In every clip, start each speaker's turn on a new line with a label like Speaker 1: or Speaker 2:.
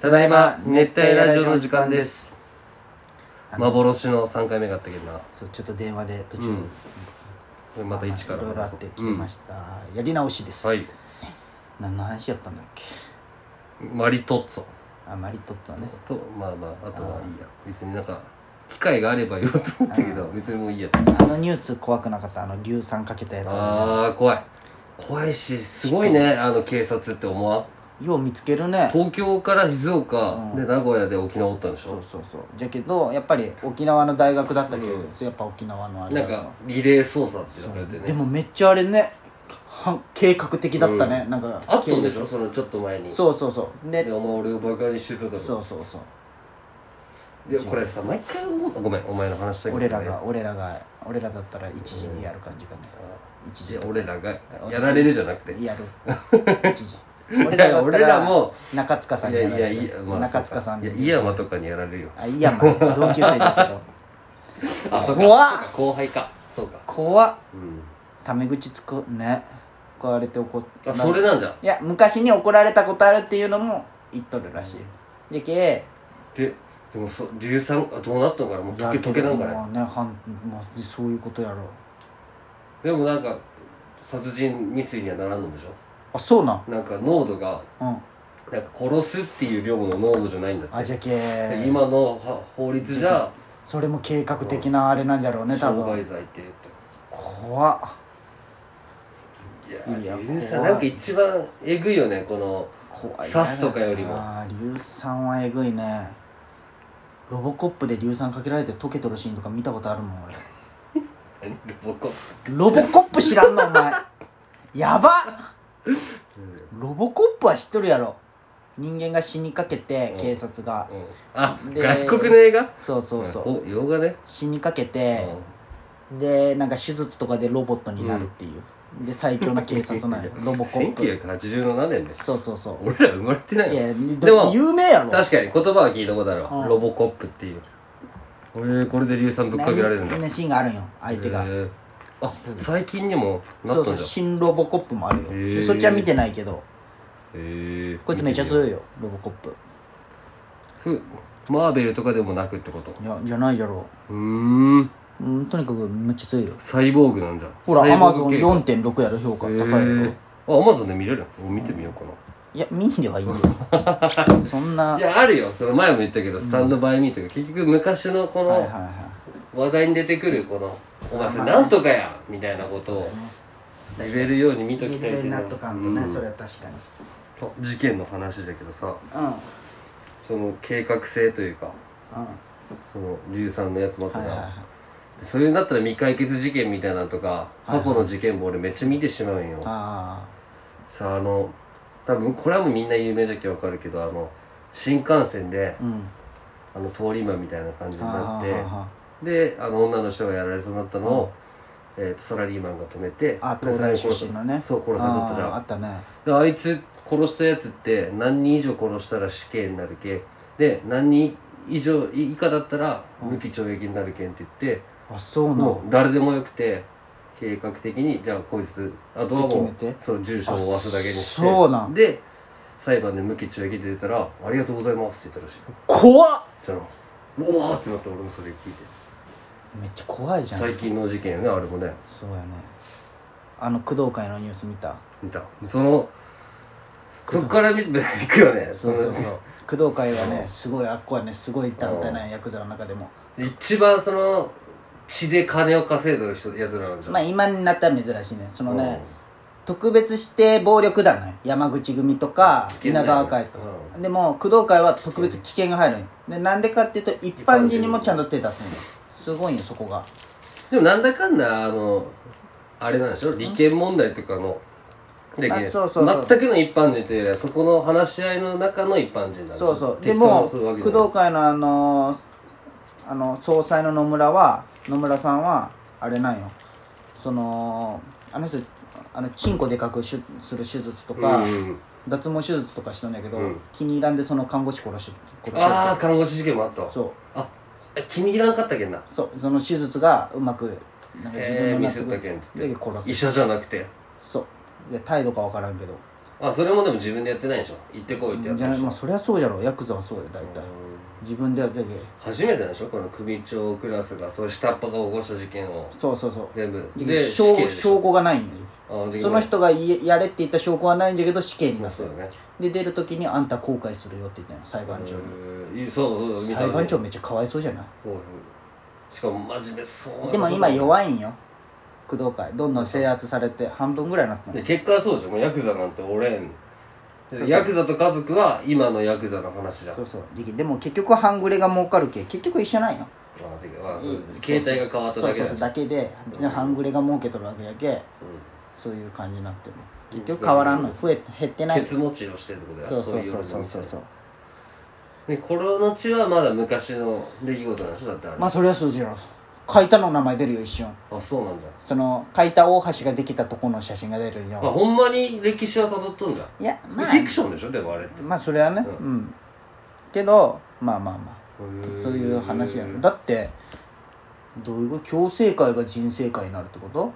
Speaker 1: ただいま熱
Speaker 2: 熱帯
Speaker 1: 帯
Speaker 2: ラ
Speaker 1: ラ
Speaker 2: ジ
Speaker 1: ジオ
Speaker 2: オの
Speaker 1: の
Speaker 2: 時
Speaker 1: 時
Speaker 2: 間
Speaker 1: 間
Speaker 2: で
Speaker 1: ですす
Speaker 2: 幻の3回目があったけどな
Speaker 3: そうちょっと電話で途中、
Speaker 2: うんこれまた一から
Speaker 3: いろいろあって来てました、やり直しです、
Speaker 2: はい
Speaker 3: 何の話やったんだっけ
Speaker 2: マリトッツォ
Speaker 3: あマリトッツォね
Speaker 2: とまあまああとはいいや別になんか機会があれば言おうと思ったけど別にもういいや
Speaker 3: あのニュース怖くなかったあの硫酸かけたやつ
Speaker 2: あー怖い怖いしすごいねあの警察って思わん
Speaker 3: よう見つけるね
Speaker 2: 東京から静岡
Speaker 3: うん
Speaker 2: で名古屋で沖縄おったんでし
Speaker 3: そ
Speaker 2: ょ
Speaker 3: うそうそうじゃけどやっぱり沖縄の大学だったけど、
Speaker 2: うん
Speaker 3: そうやっぱ沖縄のあれ
Speaker 2: な
Speaker 3: だ
Speaker 2: ん
Speaker 3: と
Speaker 2: かリレー捜査って
Speaker 3: そ
Speaker 2: 言
Speaker 3: う
Speaker 2: われて
Speaker 3: で
Speaker 2: ね
Speaker 3: もめっちゃあれねはん計画的だったね、なんか
Speaker 2: あったんでしょそのちょっと前に
Speaker 3: そうそうそうで
Speaker 2: いやお前俺をバカにしてただろ
Speaker 3: そうそうそう
Speaker 2: いやこれさ毎回思うごめんお前の話だけどね
Speaker 3: 俺らが俺らが俺らだったら1時にやる感じかね1
Speaker 2: い
Speaker 3: 時
Speaker 2: や俺らがやられるじゃなくて
Speaker 3: やる 1時俺らだった
Speaker 2: 俺ら
Speaker 3: ら
Speaker 2: も
Speaker 3: 中塚さん
Speaker 2: い
Speaker 3: に
Speaker 2: や
Speaker 3: や
Speaker 2: い
Speaker 3: ら
Speaker 2: や
Speaker 3: れ
Speaker 2: い
Speaker 3: る
Speaker 2: や、まあ、
Speaker 3: 中塚さん
Speaker 2: いや
Speaker 3: に
Speaker 2: 井山とかにやられるよ
Speaker 3: あいやまあ同級生だけど
Speaker 2: あそうか
Speaker 3: 怖っ
Speaker 2: そうか後輩かそうか
Speaker 3: 怖っ
Speaker 2: うん
Speaker 3: タメ口つくね怒られて怒っ
Speaker 2: あそれなんじゃん
Speaker 3: いや昔に怒られたことあるっていうのも言っとるらしいじゃけ
Speaker 2: ででもそ硫酸あどうなったのかなもう溶け溶けなんかね
Speaker 3: もうねはんもうそういうことやろ
Speaker 2: でもなんか殺人未遂にはならんのでしょ
Speaker 3: あそうなん
Speaker 2: なんか濃度が
Speaker 3: うん
Speaker 2: なんか殺すっていう量の濃度じゃないんだって
Speaker 3: あじゃ
Speaker 2: で
Speaker 3: け
Speaker 2: 今のは法律じゃ
Speaker 3: それも計画的なあれなんじゃろうね多
Speaker 2: 傷害
Speaker 3: 分
Speaker 2: 罪って言って
Speaker 3: 怖っ
Speaker 2: いや
Speaker 3: いや
Speaker 2: 硫酸
Speaker 3: 怖い
Speaker 2: なんか一番えぐいよねこの
Speaker 3: 怖いね
Speaker 2: 刺すとかよりも
Speaker 3: ああ硫酸はえぐいねロボコップで硫酸かけられて溶けとるシーンとか見たことあるもん俺
Speaker 2: 何ロボコ
Speaker 3: ロボコップ知らんの お前やばっロボコップは知っとるやろ人間が死にかけて
Speaker 2: うん
Speaker 3: 警察が、
Speaker 2: うんあ
Speaker 3: で
Speaker 2: 外国の映画
Speaker 3: そうそうそう、
Speaker 2: お洋画ね
Speaker 3: 死にかけ
Speaker 2: う
Speaker 3: て、
Speaker 2: ん
Speaker 3: でなんか手術とかでロボットになるっていう、で最強な警察なんよロボコップ
Speaker 2: 1987年です
Speaker 3: そうそうそう
Speaker 2: 俺ら生まれてない
Speaker 3: い
Speaker 2: よ
Speaker 3: や
Speaker 2: でも
Speaker 3: 有名やろ
Speaker 2: 確かに言葉は聞いたことあるわ
Speaker 3: うん
Speaker 2: ロボコップっていうこれこれで硫酸ぶっかけられるんだ
Speaker 3: 何シーンがあるんよ相手が、
Speaker 2: へーあ最近にもな
Speaker 3: そ
Speaker 2: った
Speaker 3: うそ
Speaker 2: ん
Speaker 3: う
Speaker 2: じ
Speaker 3: 新ロボコップもあるよ
Speaker 2: へー
Speaker 3: でそっちは見てないけど
Speaker 2: ゃんへえ
Speaker 3: こいつめっちゃ強いよロボコップ
Speaker 2: ふマーベルとかでもなくってこと
Speaker 3: いやじゃないじゃろ
Speaker 2: うーん
Speaker 3: ううんとにかくめっちゃ強いよ
Speaker 2: サイボーグなんじゃん
Speaker 3: ほらアマゾン
Speaker 2: 4
Speaker 3: 4.6やろ評価高いやろ
Speaker 2: あアマゾンで見れるお見てみようかない
Speaker 3: や見ん ではいいよそんない
Speaker 2: やあるよその前も言ったけどスタンドバイミーというか結局昔のこ
Speaker 3: はいはい
Speaker 2: の
Speaker 3: は
Speaker 2: 話題に出てくるこの「お前それなんとかや!」みたいなことを言えるように見ときたいけどうん
Speaker 3: は確かに
Speaker 2: 事件の話だけどさ
Speaker 3: うんうん
Speaker 2: その計画性というかその硫酸のやつもあった
Speaker 3: はい
Speaker 2: じ
Speaker 3: はい
Speaker 2: ゃん
Speaker 3: はい
Speaker 2: そういうんだったら未解決事件みたいなのとか過去の事件も俺めっちゃ見てしまうんよ
Speaker 3: あ
Speaker 2: さああの多分これはもうみんな有名じゃけわかるけどあの新幹線で
Speaker 3: あうん
Speaker 2: あの通り魔みたいな感じになっ
Speaker 3: あー
Speaker 2: てであの女の人がやられそうになったのを、えー、とサラリーマンが止めて
Speaker 3: あ
Speaker 2: で
Speaker 3: 東
Speaker 2: 最後
Speaker 3: 大出身のね
Speaker 2: そう殺されとったじゃ
Speaker 3: あーあ
Speaker 2: ん
Speaker 3: ったね
Speaker 2: であいつ殺したやつって何人以上殺したら死刑になるけで何人以上以下だったら無期懲役になるけんって言って、
Speaker 3: あそうな
Speaker 2: もう誰でもよくて計画的にじゃあこいつあとはも
Speaker 3: って決め
Speaker 2: う
Speaker 3: て
Speaker 2: そう住所を負わすだけにして
Speaker 3: あそうなん
Speaker 2: で裁判で無期懲役で出たら「ありがとうございます」って言ったらしい
Speaker 3: 怖っ
Speaker 2: そのうわーってなって俺もそれ聞いて
Speaker 3: めっちゃ怖いじゃん
Speaker 2: 最近の事件よねあれもね
Speaker 3: そうやねあの工藤会のニュース見た
Speaker 2: 見たそのそっから見て 行くよね
Speaker 3: そうそう
Speaker 2: そ
Speaker 3: そ
Speaker 2: の
Speaker 3: う 工藤会はねすごいあっこはねすごい団体なんやヤクザの中でも
Speaker 2: 一番その血で金を稼いでる人やつらなんじゃん、
Speaker 3: まあ今になったら珍しいねそのね特別指定暴力団ね山口組とか
Speaker 2: 険だ
Speaker 3: 稲
Speaker 2: よね
Speaker 3: 川会とかでも工藤会は特別危険が入るんよでなんでかっていうと一般人にもちゃんと手出すんよすごいんよそこが
Speaker 2: でもなんだかんだあのあれなんでしょ利権問題とかので
Speaker 3: あそうそうそう
Speaker 2: 全くの一般人というよりはそこの話し合いの中の一般人なんでしょ
Speaker 3: そうそうで
Speaker 2: 適当な
Speaker 3: も
Speaker 2: そういう
Speaker 3: 工
Speaker 2: わけ
Speaker 3: 藤
Speaker 2: じゃない
Speaker 3: 会のあのーあの総裁の野村は野村さんはあれなんよそのあの人あのチンコでかくしゅする手術とか、
Speaker 2: うんうん
Speaker 3: 脱毛手術とかしとんだけど、
Speaker 2: うん
Speaker 3: 気に入らんでその看護師殺し殺し
Speaker 2: ああ
Speaker 3: た
Speaker 2: 看護師事件もあったわ
Speaker 3: そう
Speaker 2: あえ気に入らんかったけんな
Speaker 3: そうその手術がうまくなんか自
Speaker 2: え
Speaker 3: 分
Speaker 2: ー、
Speaker 3: の
Speaker 2: ミ
Speaker 3: 納
Speaker 2: スっ
Speaker 3: 得
Speaker 2: たけんって
Speaker 3: で殺
Speaker 2: 医
Speaker 3: す
Speaker 2: 者じゃなくて
Speaker 3: そうで態度か分からんけど
Speaker 2: あそれもでも自分でやってないでしょ行ってこいってやっ
Speaker 3: じ
Speaker 2: た
Speaker 3: ゃ
Speaker 2: で
Speaker 3: あ
Speaker 2: しょ
Speaker 3: まあそりゃそうやろヤクザはそうよ大体自分でやってて
Speaker 2: 初めてでしょこの組長クラスがそういう下っ端が起こした事件を
Speaker 3: そうそうそう
Speaker 2: 全部
Speaker 3: で
Speaker 2: で死刑
Speaker 3: 証
Speaker 2: でしょ
Speaker 3: 証拠がないんよ
Speaker 2: あで
Speaker 3: その人がいやれって言った証拠はないんだけど死刑に
Speaker 2: ま
Speaker 3: な
Speaker 2: あ
Speaker 3: った
Speaker 2: そうだね
Speaker 3: で出る時にあんた後悔するよって言ったんよ裁判長に
Speaker 2: うんいいそうそう見た
Speaker 3: 裁判長
Speaker 2: ね
Speaker 3: めっちゃかわいそうじゃない
Speaker 2: そうしかも真面目そうな
Speaker 3: でも今
Speaker 2: い
Speaker 3: 弱いんよ工藤会どんどん制圧されて半分ぐらいになったの
Speaker 2: で結果はそうでしょもうヤクザなんておれんで
Speaker 3: そうそう
Speaker 2: ヤクザと家族は今のヤクザの話だ
Speaker 3: そうそうできでも結局半グレが儲かるけ結局一緒なんよ
Speaker 2: まあてかまあそう携帯が変わっただけ
Speaker 3: そ
Speaker 2: だ
Speaker 3: うそうそう
Speaker 2: し
Speaker 3: だけで別に半グレが儲けとるわけだけそういう感じになってる結局変わらんの増え減ってない
Speaker 2: 鉄持ちをしてるってことだ
Speaker 3: そうそうそうそう
Speaker 2: い
Speaker 3: そうそう
Speaker 2: でこの地はまだ昔の出来事なんでしょだってあれ、
Speaker 3: まあそりゃそうじゃろ書いたの名前出るよ一瞬
Speaker 2: あそうなんだ
Speaker 3: その書いた大橋ができたとこの写真が出る
Speaker 2: あ
Speaker 3: よ
Speaker 2: ほんまに歴史はたどっとんだ
Speaker 3: いやまあ
Speaker 2: フィクションでしょでもあれって
Speaker 3: まあそれはね
Speaker 2: う
Speaker 3: うんけどまあまあまあそういう話や
Speaker 2: ね
Speaker 3: ろだってどういうこと共生会が人生会になるってこと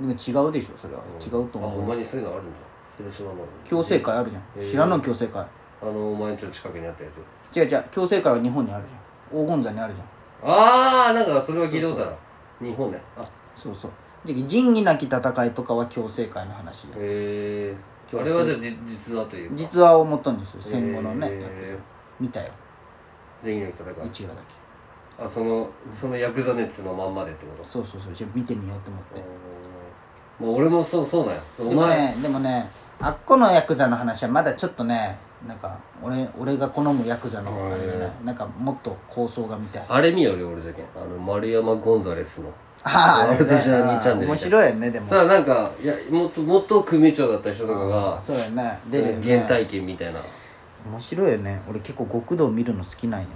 Speaker 3: でも違うでしょそれは違うと
Speaker 2: あほん
Speaker 3: 思
Speaker 2: ま
Speaker 3: う
Speaker 2: にそういうのあるんだ広島の
Speaker 3: 共生会あるじ
Speaker 2: へ
Speaker 3: ゃん
Speaker 2: ー
Speaker 3: 知らんの共生会
Speaker 2: あのお前んちの近くにあったやつ
Speaker 3: 違う違う共生会は日本にあるじゃん黄金山にあるじゃん
Speaker 2: ああなんかそれは聞いたことある日本ねあ
Speaker 3: そうそうじゃあ仁義なき戦いとかは共生会の話や
Speaker 2: へえあれはじゃあじ実話というか
Speaker 3: 実話をもとにする戦後のね
Speaker 2: へー
Speaker 3: やつ見たよ
Speaker 2: 全員の戦い
Speaker 3: 1話だけ
Speaker 2: あそのそのヤクザ熱のまんまでってこと
Speaker 3: そうそうそうじゃあ見てみようと思って
Speaker 2: うもう俺もそうそうなんやお
Speaker 3: でもねでもねあっこのヤクザの話はまだちょっとねなんか俺俺が好むヤクザのあれがねなんかもっと構想が見たい
Speaker 2: あれ見よるよ俺じゃけんあの丸山ゴンザレスの
Speaker 3: ああ
Speaker 2: ワールドジャーニー
Speaker 3: あれね
Speaker 2: チャンネル
Speaker 3: 面白いよねでも
Speaker 2: さあなんかいやもっと元組長だった人とかが
Speaker 3: そうやね出るよ
Speaker 2: 原
Speaker 3: ね
Speaker 2: 体験みたいな
Speaker 3: 面白いよね俺結構極道見るの好きなんよ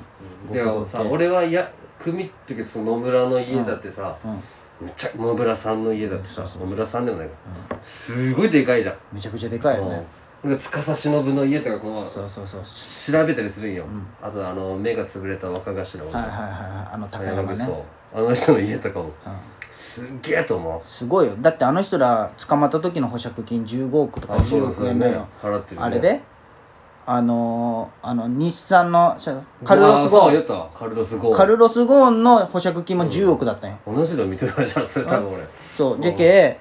Speaker 2: でもさ俺はいや組っていうかその野村の家だってさ、
Speaker 3: うん
Speaker 2: むちゃ野村さんの家だってさ、野村さんでもないから、すごいでかいじゃん、
Speaker 3: めちゃくちゃでかいよね
Speaker 2: うん、司忍の家とかこう
Speaker 3: そうそうそう
Speaker 2: 調べたりするんよ、あとあの目が潰れた若頭の、
Speaker 3: はいはいはいはいあの高
Speaker 2: 山
Speaker 3: 山
Speaker 2: 口
Speaker 3: ね
Speaker 2: さんあの人の家とかも、すっげえと思う
Speaker 3: すごいよだってあの人ら捕まった時の保釈金15億とか
Speaker 2: あそう
Speaker 3: 10億円だよ、
Speaker 2: そうね払ってるね
Speaker 3: あれであのー、あの日産の社カル
Speaker 2: うわ
Speaker 3: ロ
Speaker 2: ー
Speaker 3: ス・ゴ
Speaker 2: そう言
Speaker 3: ー
Speaker 2: っ
Speaker 3: ン
Speaker 2: たカルロスゴ
Speaker 3: カ
Speaker 2: ーン
Speaker 3: ルロス・ゴーンの保釈金も10億だったんよ、
Speaker 2: 同じの見てたじゃんそれ多分俺
Speaker 3: そうジェケ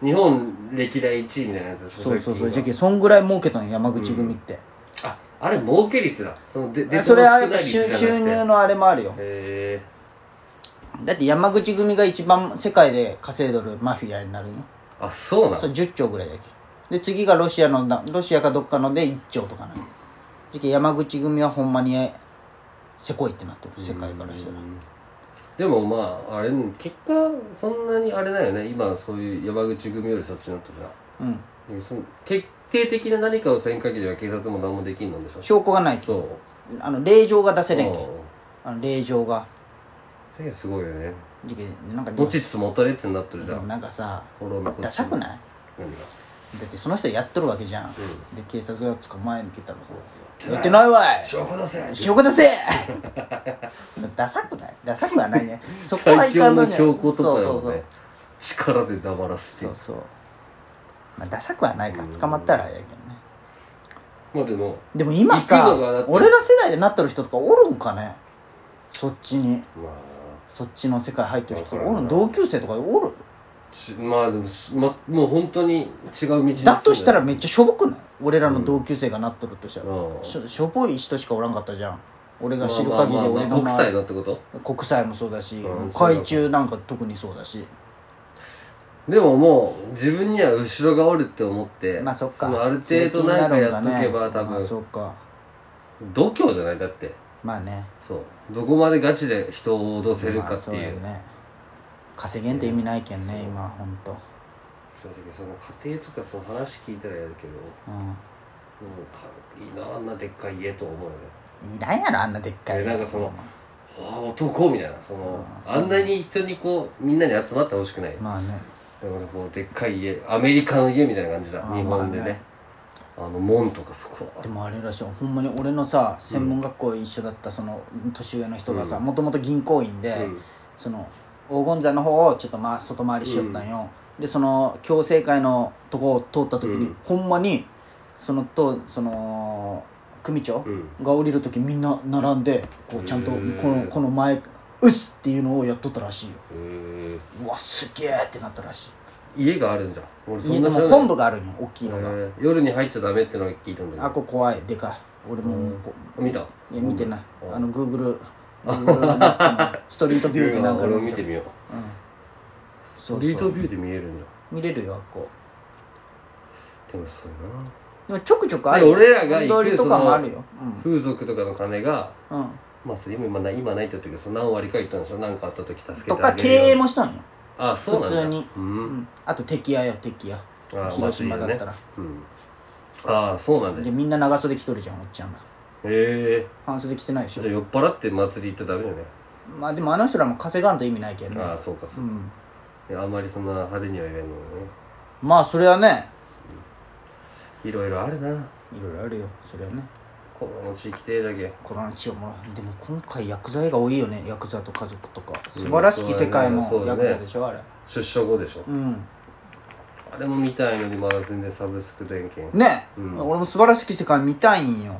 Speaker 2: 日本歴代1位みたいなやつでしょ
Speaker 3: そうそうそう
Speaker 2: さ
Speaker 3: ジ
Speaker 2: っ
Speaker 3: ェ
Speaker 2: きの
Speaker 3: ケそんぐらい儲けたんよ山口組って、
Speaker 2: ああれ儲け率だそので
Speaker 3: え
Speaker 2: で
Speaker 3: それはやっぱ
Speaker 2: 少
Speaker 3: 収
Speaker 2: ない率じゃなく
Speaker 3: 収
Speaker 2: て
Speaker 3: 入のあれもあるよ
Speaker 2: へ
Speaker 3: だって山口組が一番世界で稼いどるマフィアになるんよ
Speaker 2: えあそうなの
Speaker 3: そう10兆ぐらいだけで次がロシアのだロシアかどっかので1兆とかなじゃけ山口組はほんまにせこいってなってる世界からしたら
Speaker 2: でもまああれ結果そんなにあれだよね今そういう山口組よりそっちになったじゃ
Speaker 3: うん
Speaker 2: んでその決定的な何かをせん限りは警察も何もできんのでしょ
Speaker 3: 証拠がない
Speaker 2: そう
Speaker 3: あの令状が出せれんけん
Speaker 2: うん
Speaker 3: あの令状が
Speaker 2: せやすごいよね
Speaker 3: じゃけなんか
Speaker 2: 持ちつ持たれつになってるじ
Speaker 3: で
Speaker 2: ゃ
Speaker 3: も
Speaker 2: ん
Speaker 3: なんかさ
Speaker 2: フォローのこっち
Speaker 3: ダサくない
Speaker 2: 何が
Speaker 3: だってその人やっとるわけじゃん、で警察が捕まえに来たらさ
Speaker 2: や
Speaker 3: や
Speaker 2: っ
Speaker 3: ってて
Speaker 2: な
Speaker 3: ないわい
Speaker 2: 証拠出せ
Speaker 3: 証拠出せ ダサくないダサくはな いねそこはい
Speaker 2: 最
Speaker 3: か
Speaker 2: 強
Speaker 3: んの
Speaker 2: の
Speaker 3: に
Speaker 2: 強行とか
Speaker 3: そ
Speaker 2: よ
Speaker 3: うそうそう
Speaker 2: ね力で黙らす
Speaker 3: そ
Speaker 2: っ
Speaker 3: う
Speaker 2: て
Speaker 3: そうまあダサくはないから捕まったらあれやけどね
Speaker 2: まあでも
Speaker 3: でも今
Speaker 2: 行
Speaker 3: さ
Speaker 2: くのがだって
Speaker 3: 俺ら世代でなってる人とかおるんかねそっちに
Speaker 2: ま
Speaker 3: そっちの世界入ってる人とか
Speaker 2: わか
Speaker 3: お
Speaker 2: ら
Speaker 3: る
Speaker 2: ん
Speaker 3: ん
Speaker 2: な
Speaker 3: 同級生とかおる
Speaker 2: あちまあでもしまもう本当に違う道に
Speaker 3: だとしたらめっちゃしょぼくない俺らの同級生がなっとるとしたら、
Speaker 2: うん
Speaker 3: しょしょぼい人しかおらんかったじゃん俺
Speaker 2: ま
Speaker 3: が
Speaker 2: あ
Speaker 3: 知る
Speaker 2: まあ
Speaker 3: 限り
Speaker 2: まあま
Speaker 3: 俺
Speaker 2: あ
Speaker 3: の
Speaker 2: 国
Speaker 3: 周
Speaker 2: 際
Speaker 3: り
Speaker 2: のってこと
Speaker 3: 国際もそうだし
Speaker 2: うん
Speaker 3: 海中なんか特にそうだし
Speaker 2: でももう自分には後ろがおるって思って
Speaker 3: まあそっか
Speaker 2: のある程度なんかやっとけば多
Speaker 3: まあそ
Speaker 2: 分
Speaker 3: っか
Speaker 2: 度胸じゃないだって
Speaker 3: まあね
Speaker 2: そうどこまでガチで人を脅せる
Speaker 3: ま
Speaker 2: か
Speaker 3: あ
Speaker 2: って
Speaker 3: そう
Speaker 2: い
Speaker 3: や
Speaker 2: う
Speaker 3: ね稼げんって意味ないけんね今ほんと
Speaker 2: 正直その家庭とかその話聞いたらやるけど
Speaker 3: うん
Speaker 2: もうかいいなあんなでっかい家と思うよね
Speaker 3: いらんやろあんなでっか
Speaker 2: え
Speaker 3: い
Speaker 2: なんかそのわあ男みたいなその
Speaker 3: うん
Speaker 2: あんなに人にこうみんなに集まってほしくないだか
Speaker 3: まあね
Speaker 2: らこうでっかい家アメリカの家みたいな感じだ
Speaker 3: あー
Speaker 2: 日本で
Speaker 3: まあ
Speaker 2: ね
Speaker 3: ね
Speaker 2: あの門とかそこ
Speaker 3: でもあれらしいほんまに俺のさ専門学校一緒だったその年上の人がさもともと銀行員で、
Speaker 2: うん
Speaker 3: その黄金座の方をちょっと、ま、外回りしよったんよ、でその共生会のとこを通った時に、
Speaker 2: うん
Speaker 3: ほんまにそのとその組長
Speaker 2: うん
Speaker 3: が降りる時みんな並んでこうちゃんと
Speaker 2: へ
Speaker 3: こ
Speaker 2: ー
Speaker 3: のこの前「うっす!」っていうのをやっとったらしいよ
Speaker 2: へえ
Speaker 3: うわすげえってなったらし
Speaker 2: 家があるんじゃん俺そ
Speaker 3: い
Speaker 2: ん
Speaker 3: で
Speaker 2: な知ら
Speaker 3: も
Speaker 2: ない
Speaker 3: 本部があるんよ大きいのが、
Speaker 2: へえ夜に入っちゃダメってのは聞いたんだけど
Speaker 3: あこれ怖いでかい俺もうこ
Speaker 2: 見た
Speaker 3: ういや見てない
Speaker 2: うん
Speaker 3: あのグーグルストリートビューでなんか
Speaker 2: 俺
Speaker 3: の
Speaker 2: も見てみよう
Speaker 3: そ
Speaker 2: ス
Speaker 3: う
Speaker 2: トリー
Speaker 3: そ
Speaker 2: ト
Speaker 3: う
Speaker 2: ビューで見えるんじゃん
Speaker 3: 見れるよこ
Speaker 2: でもそうやな
Speaker 3: うでもちょくちょくあるよ
Speaker 2: で俺らが行く
Speaker 3: 本通りとかもあるよ
Speaker 2: 風俗とかの金が
Speaker 3: うん、うん、
Speaker 2: まあそれ今今ない今ないって言ったけどその何割か言ったんでしょ何かあった時助けて
Speaker 3: と
Speaker 2: あ
Speaker 3: か
Speaker 2: げ
Speaker 3: 経
Speaker 2: るよ
Speaker 3: 営もしたんよ、
Speaker 2: あそうなんだ
Speaker 3: 普通に
Speaker 2: う
Speaker 3: うんん、あと敵屋よ敵屋
Speaker 2: あ
Speaker 3: 広島だったら、
Speaker 2: 祭りでねうんああそうなんだ
Speaker 3: で
Speaker 2: へ
Speaker 3: みんな長袖着とるじゃんおっちゃんら
Speaker 2: え
Speaker 3: 半袖着てないでしょ
Speaker 2: じゃあ酔っ払って祭り行ったらダメだね
Speaker 3: まあでもあの人らも稼がんと意味ないけどね
Speaker 2: ああそうか
Speaker 3: う
Speaker 2: そうか
Speaker 3: ん
Speaker 2: いやあんまりそんな派手には言えんのね
Speaker 3: まあそれはね
Speaker 2: いろいろあるない
Speaker 3: ろいろあるよそれはね
Speaker 2: この地域でじゃけ
Speaker 3: コロナ治療もでも今回薬剤が多いよねヤクザと家族とか素晴らしき世界も
Speaker 2: そうだ
Speaker 3: ヤ
Speaker 2: ね
Speaker 3: クザでしょあれ
Speaker 2: 出所後でしょ
Speaker 3: うん
Speaker 2: あれも見たいのにまだ全然サブスク電源
Speaker 3: ねえ、
Speaker 2: うん
Speaker 3: 俺も素晴らしき世界見たいんよ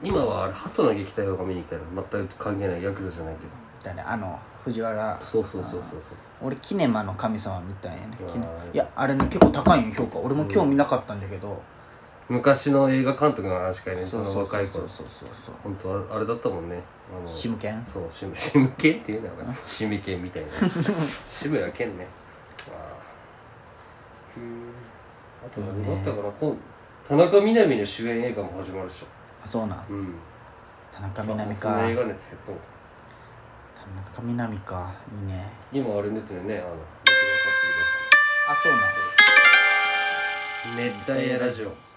Speaker 2: 今はあれ鳩の撃退法が見に来たら全く関係ないヤクザじゃないけど
Speaker 3: だねあの藤原
Speaker 2: そうそうそうそうそう
Speaker 3: 俺キネマの神様みたいね
Speaker 2: うわー
Speaker 3: キネいやあれね結構高いんよ評価俺も興味なかったんだけど、
Speaker 2: 昔の映画監督の話かいねその若い
Speaker 3: そう
Speaker 2: 頃
Speaker 3: そうそうそう
Speaker 2: 本当はあれだったもんねあの
Speaker 3: シムケン
Speaker 2: そう シムシムケンっていうのかなシミケンみ たいな志村けんねあーうんあと何だったかな、今田中みな実の主演映画も始まるでし
Speaker 3: あそうなん
Speaker 2: ょうん
Speaker 3: 田中みな実
Speaker 2: そ
Speaker 3: か
Speaker 2: の映画熱減ったのか
Speaker 3: 田中みな実かいいね
Speaker 2: 今あれ出てるねあの
Speaker 3: あそうなん
Speaker 2: 熱帯夜ラジオ